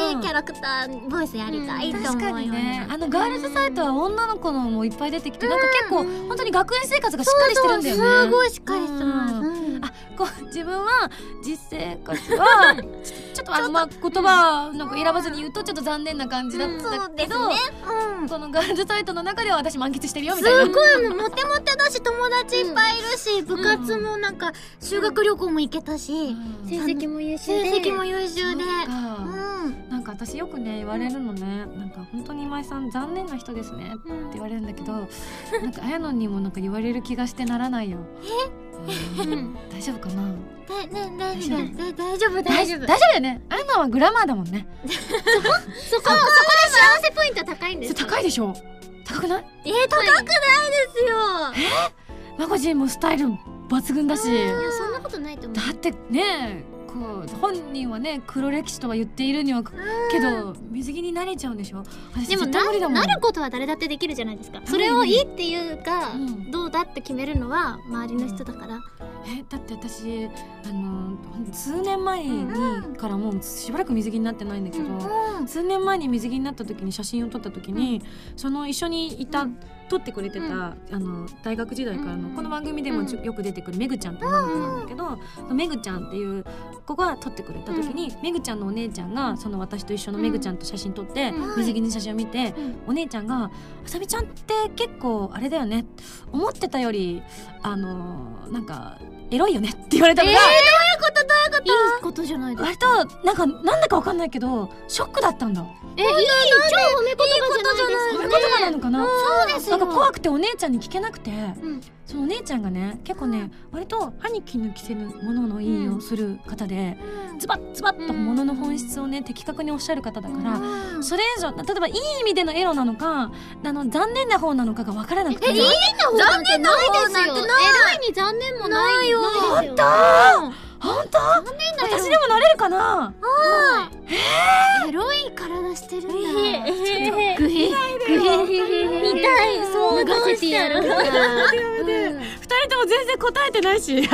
S2: で
S4: でキャラクターボイスやりたいと
S2: 確
S4: 思
S2: か
S4: うよ
S2: に
S4: う
S2: ね
S4: に
S2: あのガールズサイトは女の子のもいっぱい出てきてなんか結構本当に学園生活がしっかりしてるんだよね
S4: すごいしっかりしてます、
S2: うん
S4: うん
S2: あこう自分は実生活はちょちょっとあのまあ言葉なんか選ばずに言うとちょっと残念な感じだった
S4: そうで
S2: け
S4: す
S2: ど、
S4: ねうん
S2: このガールズサイトの中では私満喫してるよみたいな
S4: すごいもうモテモテだし友達いっぱいいるし部活もなんか修学旅行も行けたし
S2: うん
S9: 成績も優秀
S4: 成
S9: で
S4: 績も優秀で
S2: そっか
S4: うん
S2: なんか私よくね言われるのねなんか本当に今井さん残念な人ですねって言われるんだけど、なんか綾乃にもなんか言われる気がしてならないようん大丈夫かな
S4: でねねねね大丈夫大丈夫
S2: 大丈夫だよね綾乃はグラマーだもんね
S4: そこそこで幸せポイント高いんで
S2: それ
S4: すよ
S2: 高いでしょ高高くない
S3: えー、高くないですよ、
S2: マゴジンもスタイル抜群だし
S4: いやそんなことないと思う
S2: だってねこう本人はね黒歴史とは言っているにはけど水着に慣れちゃうんでしょ私
S4: でも
S2: 絶対無理だ
S4: な
S2: もん
S4: なることは誰だってできるじゃないですかそれをいいっていうか、
S2: うん
S4: どうだって決めるのは周りの人だから、
S2: えだって私あのほんと数年前にからもうしばらく水着になってないんだけど、数年前に水着になった時に写真を撮った時に、その一緒にいた、撮ってくれてた、あの大学時代からの、この番組でもちょよく出てくるめぐちゃんって女の子なんだけど、めぐちゃんっていう子が撮ってくれた時に、めぐちゃんのお姉ちゃんがその私と一緒のめぐちゃんと写真撮って、水着の写真を見て、お姉ちゃんが「あさみちゃんって結構あれだよね思ってたよりあのなんかエロいよね」って言われたの
S4: い
S2: が、
S4: いことじゃないですか
S2: 割となんかなんだかわかんないけどショックだったんだ。
S4: えいい超褒め言葉じゃない
S2: そう
S4: で
S2: い
S4: すか
S2: うことなのかな、
S4: そうです
S2: な
S4: よ
S2: んか怖くてお姉ちゃんに聞けなくて、
S4: ん
S2: そのお姉ちゃんがね結構ね割と歯に衣着せぬものの言いをする方で、ズバッズバッとものの本質をね的確におっしゃる方だから、それ以上例えばいい意味でのエロなのかあの残念な方なのかが分からなくて
S4: えいい方なんてないですよ偉いに残念もないよないですよ
S2: 本当私でもなれるかな
S4: エロい体してるんだ
S3: グヘグヘ
S4: 見たいそう
S3: 脱がせてやる
S4: なんだっ
S2: 二人とも全然答えてないし 例え
S4: け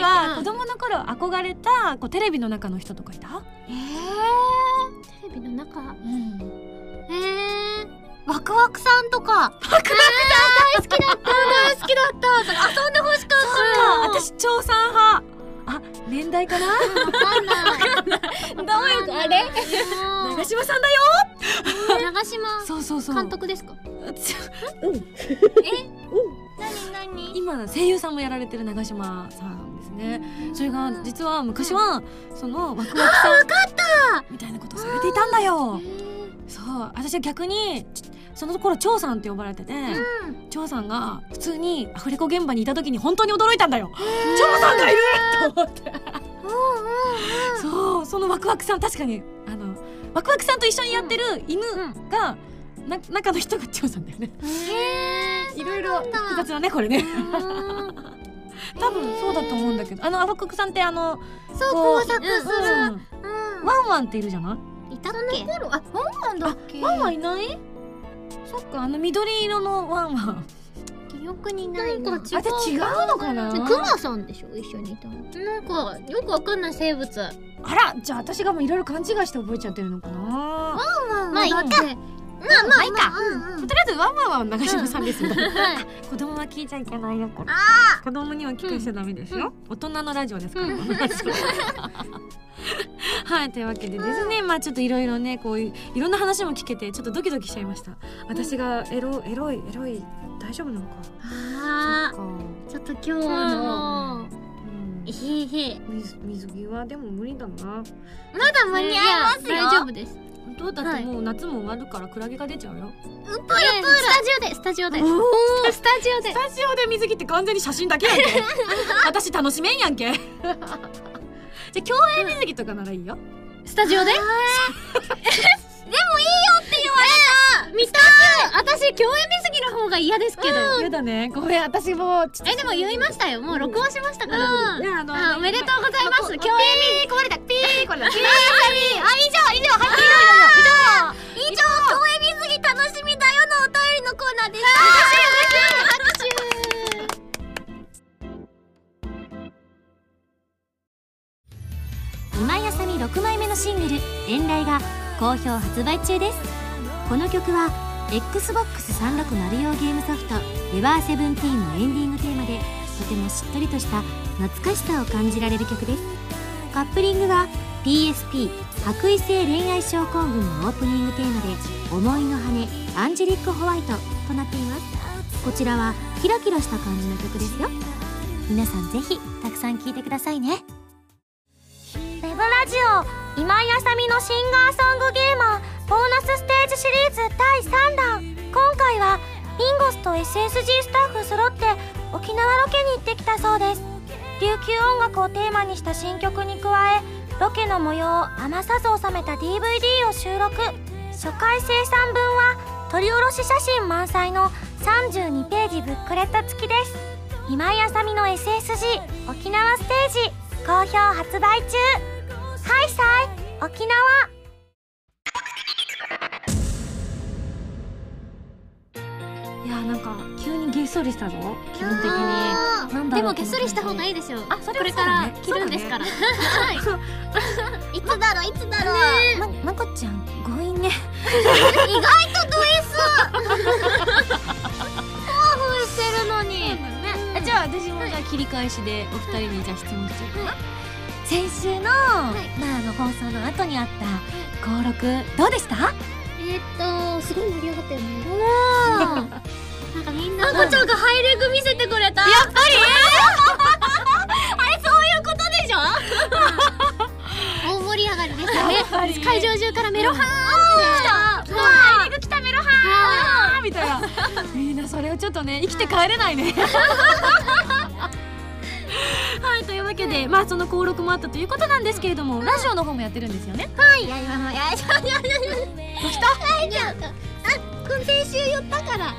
S2: ば子供の頃憧れたこうテレビの中の人とかいた、
S4: えー、テレビの中
S2: うん、
S4: えー、ワクワクさんとかワクワクさん大好きだった大好きだった遊んでほしか
S2: あ私長三派あ年代 かな
S4: ったどういうあれ
S2: 長島さんだよ
S4: 長島
S2: そうそうそう
S4: 監督ですか
S2: ちょ
S4: 何何
S2: 今声優さんもやられてる長島さんですねそれが実は昔はそのワクワクさん分かったみたいなことをされていたんだよそう私は逆にちその頃張さんって呼ばれてて張さんが普通にアフレコ現場にいた時に本当に驚いたんだよ張さんがいると思ってそうそのワクワクさん確かにあのワクワクさんと一緒にやってる犬がな中の人が張さんだよね
S4: え
S2: いろいろ複雑だねこれね
S4: ー、うん
S2: 多分そうだと思うんだけどあのアバククさんってあの
S4: そう
S2: こ
S4: 工作する
S2: うん
S4: う
S2: ワンワンっているじゃな
S4: ん
S2: い
S4: いたっけ
S3: あ、ワンワンだっけ
S2: ワンワンいないそっかあの緑色のワンワン
S4: 記憶にないな
S3: なん
S4: か
S3: か
S2: あじゃあ違うのかな
S4: クマさんでしょ一緒にいたの
S3: なんか、よくわかんない生物。ワ
S2: あらじゃあ私がもういろいろ勘違いして覚えちゃってるのかな
S4: まあいいか
S2: だっ
S4: ま
S2: て
S4: あまあいいか
S2: とりあえずワンワンは長嶋さんですみたいな子供は聞いちゃいけないよこれ子供には聞かしちゃダメですよ、大人のラジオですから、このラジオはいというわけでですね、まあちょっといろいろねこういういろんな話も聞けてちょっとドキドキしちゃいました私がエロエロいエロい大丈夫なのか
S3: あ
S2: そっか
S3: ーちょっと今日の、
S2: うん
S3: へへへ。
S2: 水水着はでも無理だな
S3: まだ間に合いますよ。
S4: 大丈夫です
S2: 本当だってもう夏も終わるからクラゲが出ちゃうよ、
S4: プールプールスタジオでスタジオでスタジオで
S2: スタジオで水着って完全に写真だけやん け私楽しめんや んけじゃあ競泳水着とかならいいよ
S4: スタジオででもいいよって言われた見た私共演水着の方が嫌ですけど
S2: やだねごめん私もちょっ
S4: えでも言いましたよもう録音しましたから
S2: とねあの
S4: あおめでとうございます共演水着壊れたピ ーこれだピーあ以上以上はい以上以上以上共演水着楽しみだよのお便りのコーナーでした拍手
S14: 今井あさみ6枚目のシングル「遠雷」が好評発売中ですこの曲は XBOX360 マル用ゲームソフト「エバーセブンティーンのエンディングテーマでとてもしっとりとした懐かしさを感じられる曲ですカップリングは PSP「白衣性恋愛症候群」のオープニングテーマで「思いの羽アンジェリック・ホワイト」となっていますこちらはキラキラした感じの曲ですよ皆さんぜひたくさん聴いてくださいね
S11: ウェブラジオ今井あさみのシンガーソングゲーマーボーナスステージシリーズ第3弾今回はインゴスと SSG スタッフ揃って沖縄ロケに行ってきたそうです琉球音楽をテーマにした新曲に加えロケの模様を余さず収めた DVD を収録初回生産分は撮り下ろし写真満載の32ページブックレット付きです今井あさみの SSG 沖縄ステージ好評発売中開催沖縄
S2: いやーなんか急にげっそりしたぞ気分的に
S4: あ
S2: なん
S4: ー
S2: だ
S4: で
S2: ろう
S4: もげっそりした方がいいでしょ
S2: あそれ
S4: こ
S2: は
S4: れから着るんですから、 はい いつだろういつだろう、
S2: ままこちゃん強引ね
S4: 意外と ド S ふわふわしてるのに、
S2: あじゃあ私もじゃあ切り返しでお二人にじゃあ質問しちゃおうかな、先週の、
S4: い
S2: まああの放送の後にあった登録どうでした
S4: えー、っとすごい盛り上がったよねなんかみんな
S2: まこちゃ
S4: んがハイレグ見せてくれたやっぱり あれそういうことでしょ
S15: 大盛り上がり でしたね
S2: 会
S15: 会場中からメロハ
S4: 来たハイレグ来たメロハ
S2: みたい なみんなそれをちょっとね生きて帰れないね はいというわけで、まあその登録もあったということなんですけれども、ラジオの方もやってるんですよね
S4: ンやりましょうやりましょうやりましょうあくん先週言ったから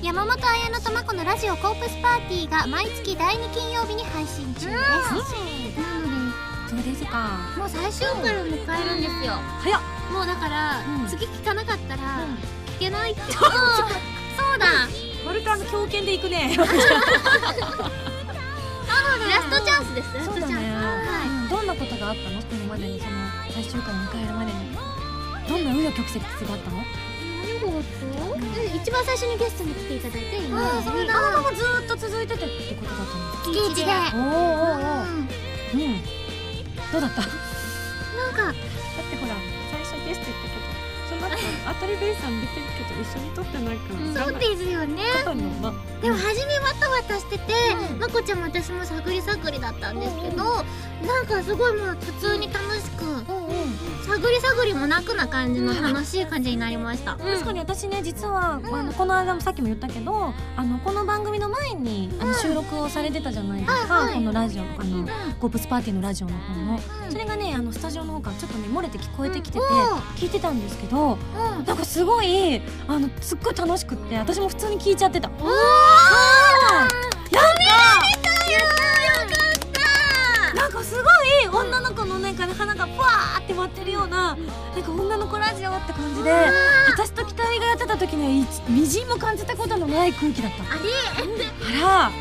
S15: 山本彩乃とまこのラジオコープスパーティーが毎月第2金曜日に配信中です、なの
S2: そうですか
S4: もう最終回を迎えるんですよ
S2: 早っ
S4: もうだから、
S2: うん
S4: 次聞かなかったら、
S2: うん
S4: 聞けないって そうだ
S2: 割とあの狂犬でいくね
S4: ラストチャンスですラス
S2: そ
S4: ト
S2: う
S4: チャ
S2: だ
S4: ンス、
S2: ね、
S4: はい
S2: うんどんなことがあったのこれまでにその最終回を迎えるまでにどんな紆余曲折があったの
S4: うん一番最初にゲストに来ていただいて今
S2: あそうだままずーっと続いててってことだった
S4: 月一でなんか
S2: のおーおーおーうんどうだっただってほら最初ゲスト行ったけどその後アトリベイさん出てるけど一緒に撮ってないから知ら
S4: そう
S2: な
S4: ですよね
S2: かったのな
S4: でも初めわたわたしてて、まこちゃんも私も探り探りだったんですけど、なんかすごいもう普通に楽しく、探り探りもなくな感じの楽しい感じになりました、
S2: 確かに私ね実は、あのこの間もさっきも言ったけどあのこの番組の前にあの収録をされてたじゃないですか、このラジオのあの、ゴープスパーティーのラジオの方の、それがねあのスタジオの方からちょっとね漏れて聞こえてきてて、聞いてたんですけど、なんかすごいあのすっごい楽しくって私も普通に聞いちゃってた。なんかすごい女の子のなんかね花がブワーって舞ってるようななんか女の子ラジオって感じで私と北井がやってた時にはいちみじんも感じたことのない空気だったあれ
S4: よか
S2: あら
S4: ったね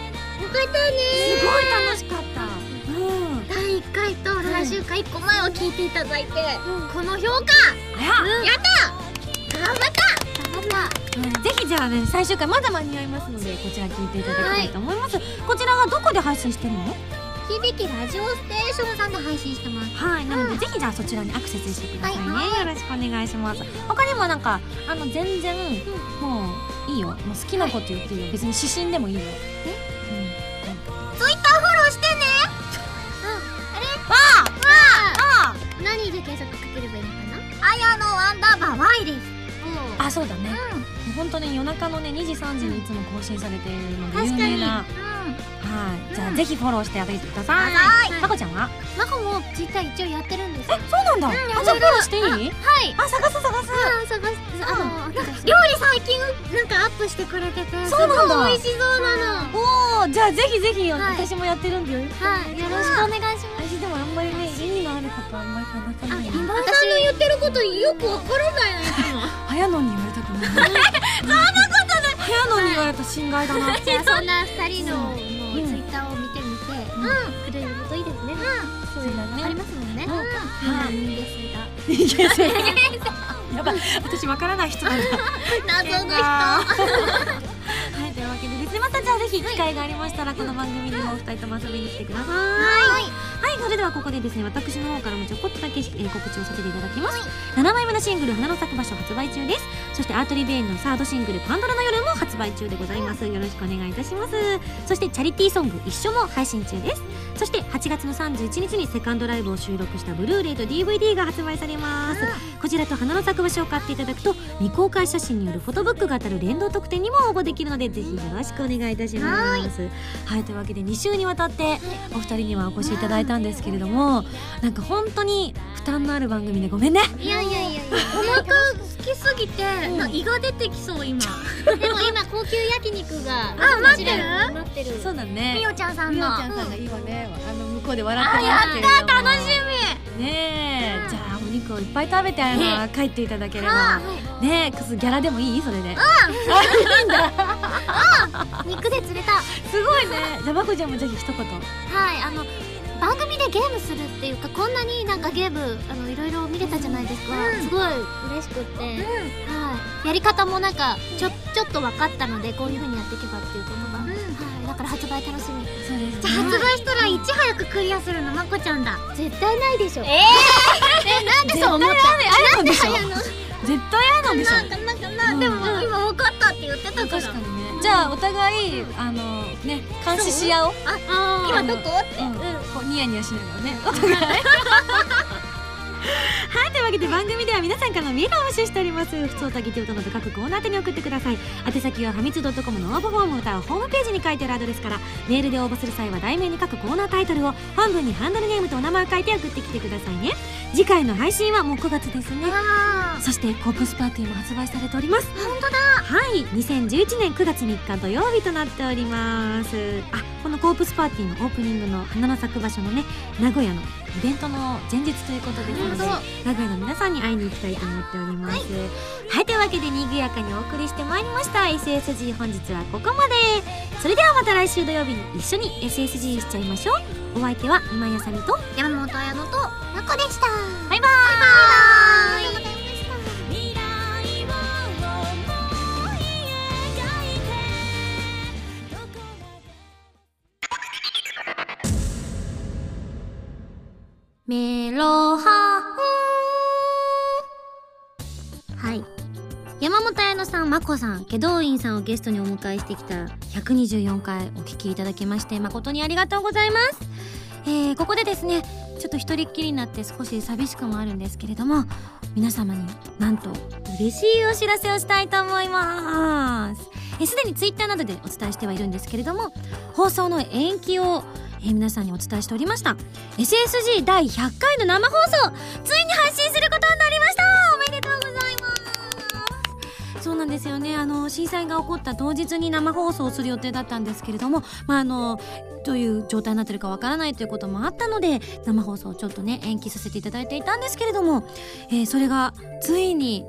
S2: すごい楽しかったうん
S4: 第1回と最終回1個前を聞いていただいて、この評価
S2: あら、
S4: やった頑張った頑張った
S2: うんぜひじゃあね最終回まだ間に合いますのでこちら聞いていただきたいと思います、こちらはどこで配信してるの
S4: 響きラジオステーションさんで配信してます
S2: はい、なので、ぜひじゃあそちらにアクセスしてくださいね。よろしくお願いします。他にもなんか、あの、全然、もう、いいよ。もう好きなこと言っていいよ。別に指針でもいいよ。え
S4: フォローしてね
S15: 何で検索かければいいのかな
S4: あやのアンダーバー Y です
S2: うん。あ、そうだね。本当に夜中のね、2時、3時にいつも更新されているので、有
S4: 確かに
S2: 名な。はい。じゃあ、ぜひフォローしてあげてください。まこちゃんは
S15: まこもツイッター一応やってるんです
S2: え、そうなんだ。あ、じゃあフォローしていいはい。あ、探す探す。
S15: あ探すあの私
S4: 料理最近なんかアップしてくれててす
S2: そうなんだ
S4: ごい美味しそうなの
S2: おー、じゃあぜひぜひ、私もやってるんだよ。
S15: はいよろしくお願いします
S2: 私でもあんまりね意味のあることはあんまり話さない
S4: 今井さんの言ってることよくわからないのいつも
S2: 早野に言われたくない そんなことない早野に言われた侵害だな
S15: じゃあそんな二人のツイ
S2: うん
S15: ッターを見てみてくれるといいですね
S2: そうだね
S15: ありますもんね
S2: は
S15: 今人間性が
S2: いやそうやばい私わからない人なんだ
S4: 謎の人
S2: はいというわけでですねまたじゃあぜひ機会がありましたらこの番組にもお二人とも遊びに来てくださいはいそれではここでですね私の方からもちょこっとだけ、えー告知をさせていただきます、7枚目のシングル「花の咲く場所」発売中ですそしてアートリベインのサードシングル「パンドラの夜」も発売中でございますよろしくお願いいたしますそしてチャリティーソング「一緒」も配信中ですそして8月の31日にセカンドライブを収録したブルーレイと DVD が発売されます、こちらと花の咲く場所を買っていただくと未公開写真によるフォトブックが当たる連動特典にも応募できるのでぜひよろしくお願いいたしますはいというわけで2週にわたってお二人にはお越しいただい
S4: たんですけれどもなんか本当に負担のある番組でごめんね
S2: いやいやいやいや
S16: お腹好きすぎて、なんか胃が出てきそう今
S2: でも今高級焼肉が
S16: あ待ってる
S2: 待ってる
S4: そうだね
S16: みおちゃんさん
S4: みおち
S16: の
S4: ゃんさんが今ねあの向こうで笑ってますけれども
S16: 楽し
S4: ねえじゃあお肉をいっぱい食べてあの帰っていただければねえクスギャラでもいいそれで
S2: 肉で釣れた
S4: すごいねじゃあまこちゃんもぜひ一言
S2: はいあの番組でゲームするっていうかこんなになんかゲームあのいろいろ見れたじゃないですか、すごい嬉しくって、はいやり方もなんかちょちょっと分かったのでこういう風にやっていけばっていうことが、はいだから発売楽しみ
S4: そうです
S2: じゃあ発売したらいち早くクリアするのまこちゃんだ絶対ないでしょ え
S4: なんでそう思ったあれなんでしょ絶対あれなんでしょ
S2: なんかなんかな、でも
S4: うん
S2: 今分かったって言ってたから
S4: 確かにねじゃあお互いあのね監視し合おう
S2: あ今どこって、
S4: うん
S2: うん
S4: こうニヤニヤしながらねお互い はいというわけで番組では皆さんからのメールを募集しております普通歌ギテ歌など各コーナー宛てに送ってください宛先はファミツー .com の応募フォームまたはホームページに書いてあるアドレスからメールで応募する際は題名に書くコーナータイトルを本文にハンドルネームとお名前を書いて送ってきてくださいね次回の配信はもう9月ですねそしてコープスパーティーも発売されております本当だはい2011年9月3日土曜日となっておりますあこのコープスパーティーのオープニングの花の咲く場所のね名古屋のイベントの前日ということですので名古屋の皆さんに会いに行きたいと思っておりますはい、というわけでにぎやかにお送りしてまいりました SSG 本日はここまでそれではまた来週土曜日に一緒に SSG しちゃいましょうお相手は今井あさみと
S2: 山本彩乃となこでした
S4: バイバーイ
S2: バイバーイ
S11: 未来を思い描いてどこまで
S2: メロハはい山本彩乃さん、まこさん、祁答院さんをゲストにお迎えしてきた124回お聞きいただきまして誠にありがとうございます。えーここでですね、ちょっと一人っきりになって少し寂しくもあるんですけれども、皆様になんと嬉しいお知らせをしたいと思います。えーすでにツイッターなどでお伝えしてはいるんですけれども、放送の延期を、えー皆さんにお伝えしておりました。SSG 第100回の生放送ついに配信することになりましたおめでとうございますそうなんですよねあの震災が起こった当日に生放送をする予定だったんですけれどもまああのどういう状態になってるかわからないということもあったので生放送をちょっとね延期させていただいていたんですけれども、えーそれがついに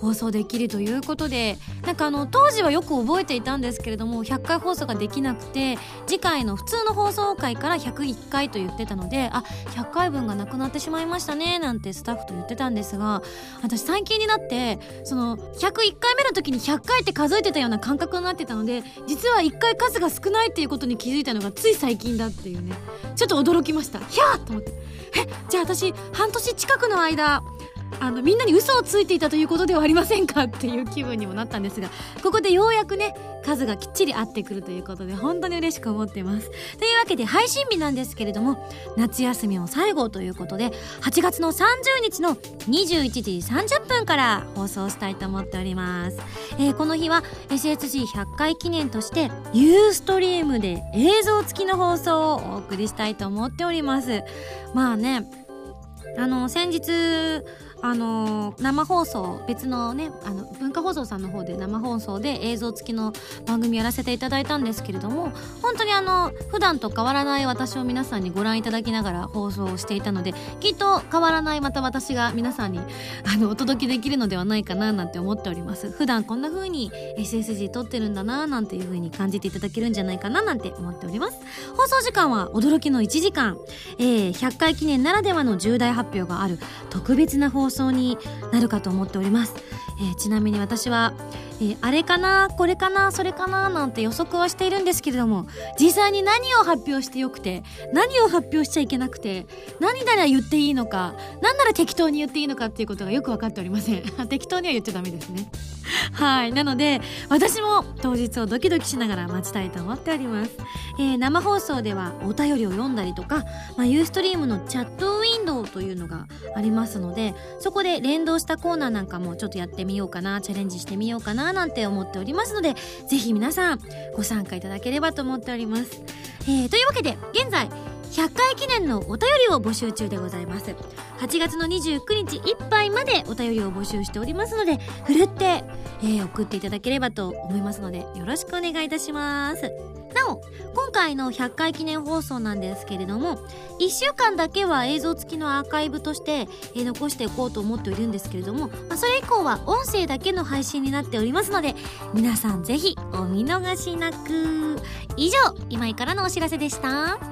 S2: 放送できるということでなんかあの当時はよく覚えていたんですけれども100回放送ができなくて次回の普通の放送回から101回と言ってたのであ100回分がなくなってしまいましたねなんてスタッフと言ってたんですが私最近になってその101回目の時に100回って数えてたような感覚になってたので実は1回数が少ないっていうことに気づいたのがつい最近だっていうねちょっと驚きましたひゃーっと思ってえじゃあ私半年近くの間あのみんなに嘘をついていたということではありませんかっていう気分にもなったんですがここでようやくね数がきっちり合ってくるということで本当に嬉しく思ってますというわけで配信日なんですけれども夏休みも最後ということで8月の30日の21時30分から放送したいと思っております、えーこの日は SSG100 回記念として Ustream で映像付きの放送をお送りしたいと思っておりますまあねあの先日あの生放送別のねあの文化放送さんの方で生放送で映像付きの番組やらせていただいたんですけれども本当にあの普段と変わらない私を皆さんにご覧いただきながら放送をしていたのできっと変わらないまた私が皆さんにあのお届けできるのではないかななんて思っております普段こんな風に SSG 撮ってるんだななんていう風に感じていただけるんじゃないかななんて思っております放送時間は驚きの1時間、えー100回記念ならではの重大発表がある特別な放送になるかと思っております、えーちなみに私は、えーあれかなこれかなそれかななんて予測はしているんですけれども実際に何を発表してよくて何を発表しちゃいけなくて何なら言っていいのか何なら適当に言っていいのかっていうことがよく分かっておりません 適当には言っちゃダメですねはいなので私も当日をドキドキしながら待ちたいと思っておりますえー生放送ではお便りを読んだりとか、まあ、Ustream のチャットウィンドウというのがありますのでそこで連動したコーナーなんかもちょっとやってみようかなチャレンジしてみようかななんて思っておりますのでぜひ皆さんご参加いただければと思っております、えーというわけで現在100回記念のお便りを募集中でございます8月の29日いっぱいまでお便りを募集しておりますのでふるって、えー送っていただければと思いますのでよろしくお願いいたしますなお今回の100回記念放送なんですけれども1週間だけは映像付きのアーカイブとして、えー残していこうと思っているんですけれども、まあ、それ以降は音声だけの配信になっておりますので皆さんぜひお見逃しなく以上今井からのお知らせでした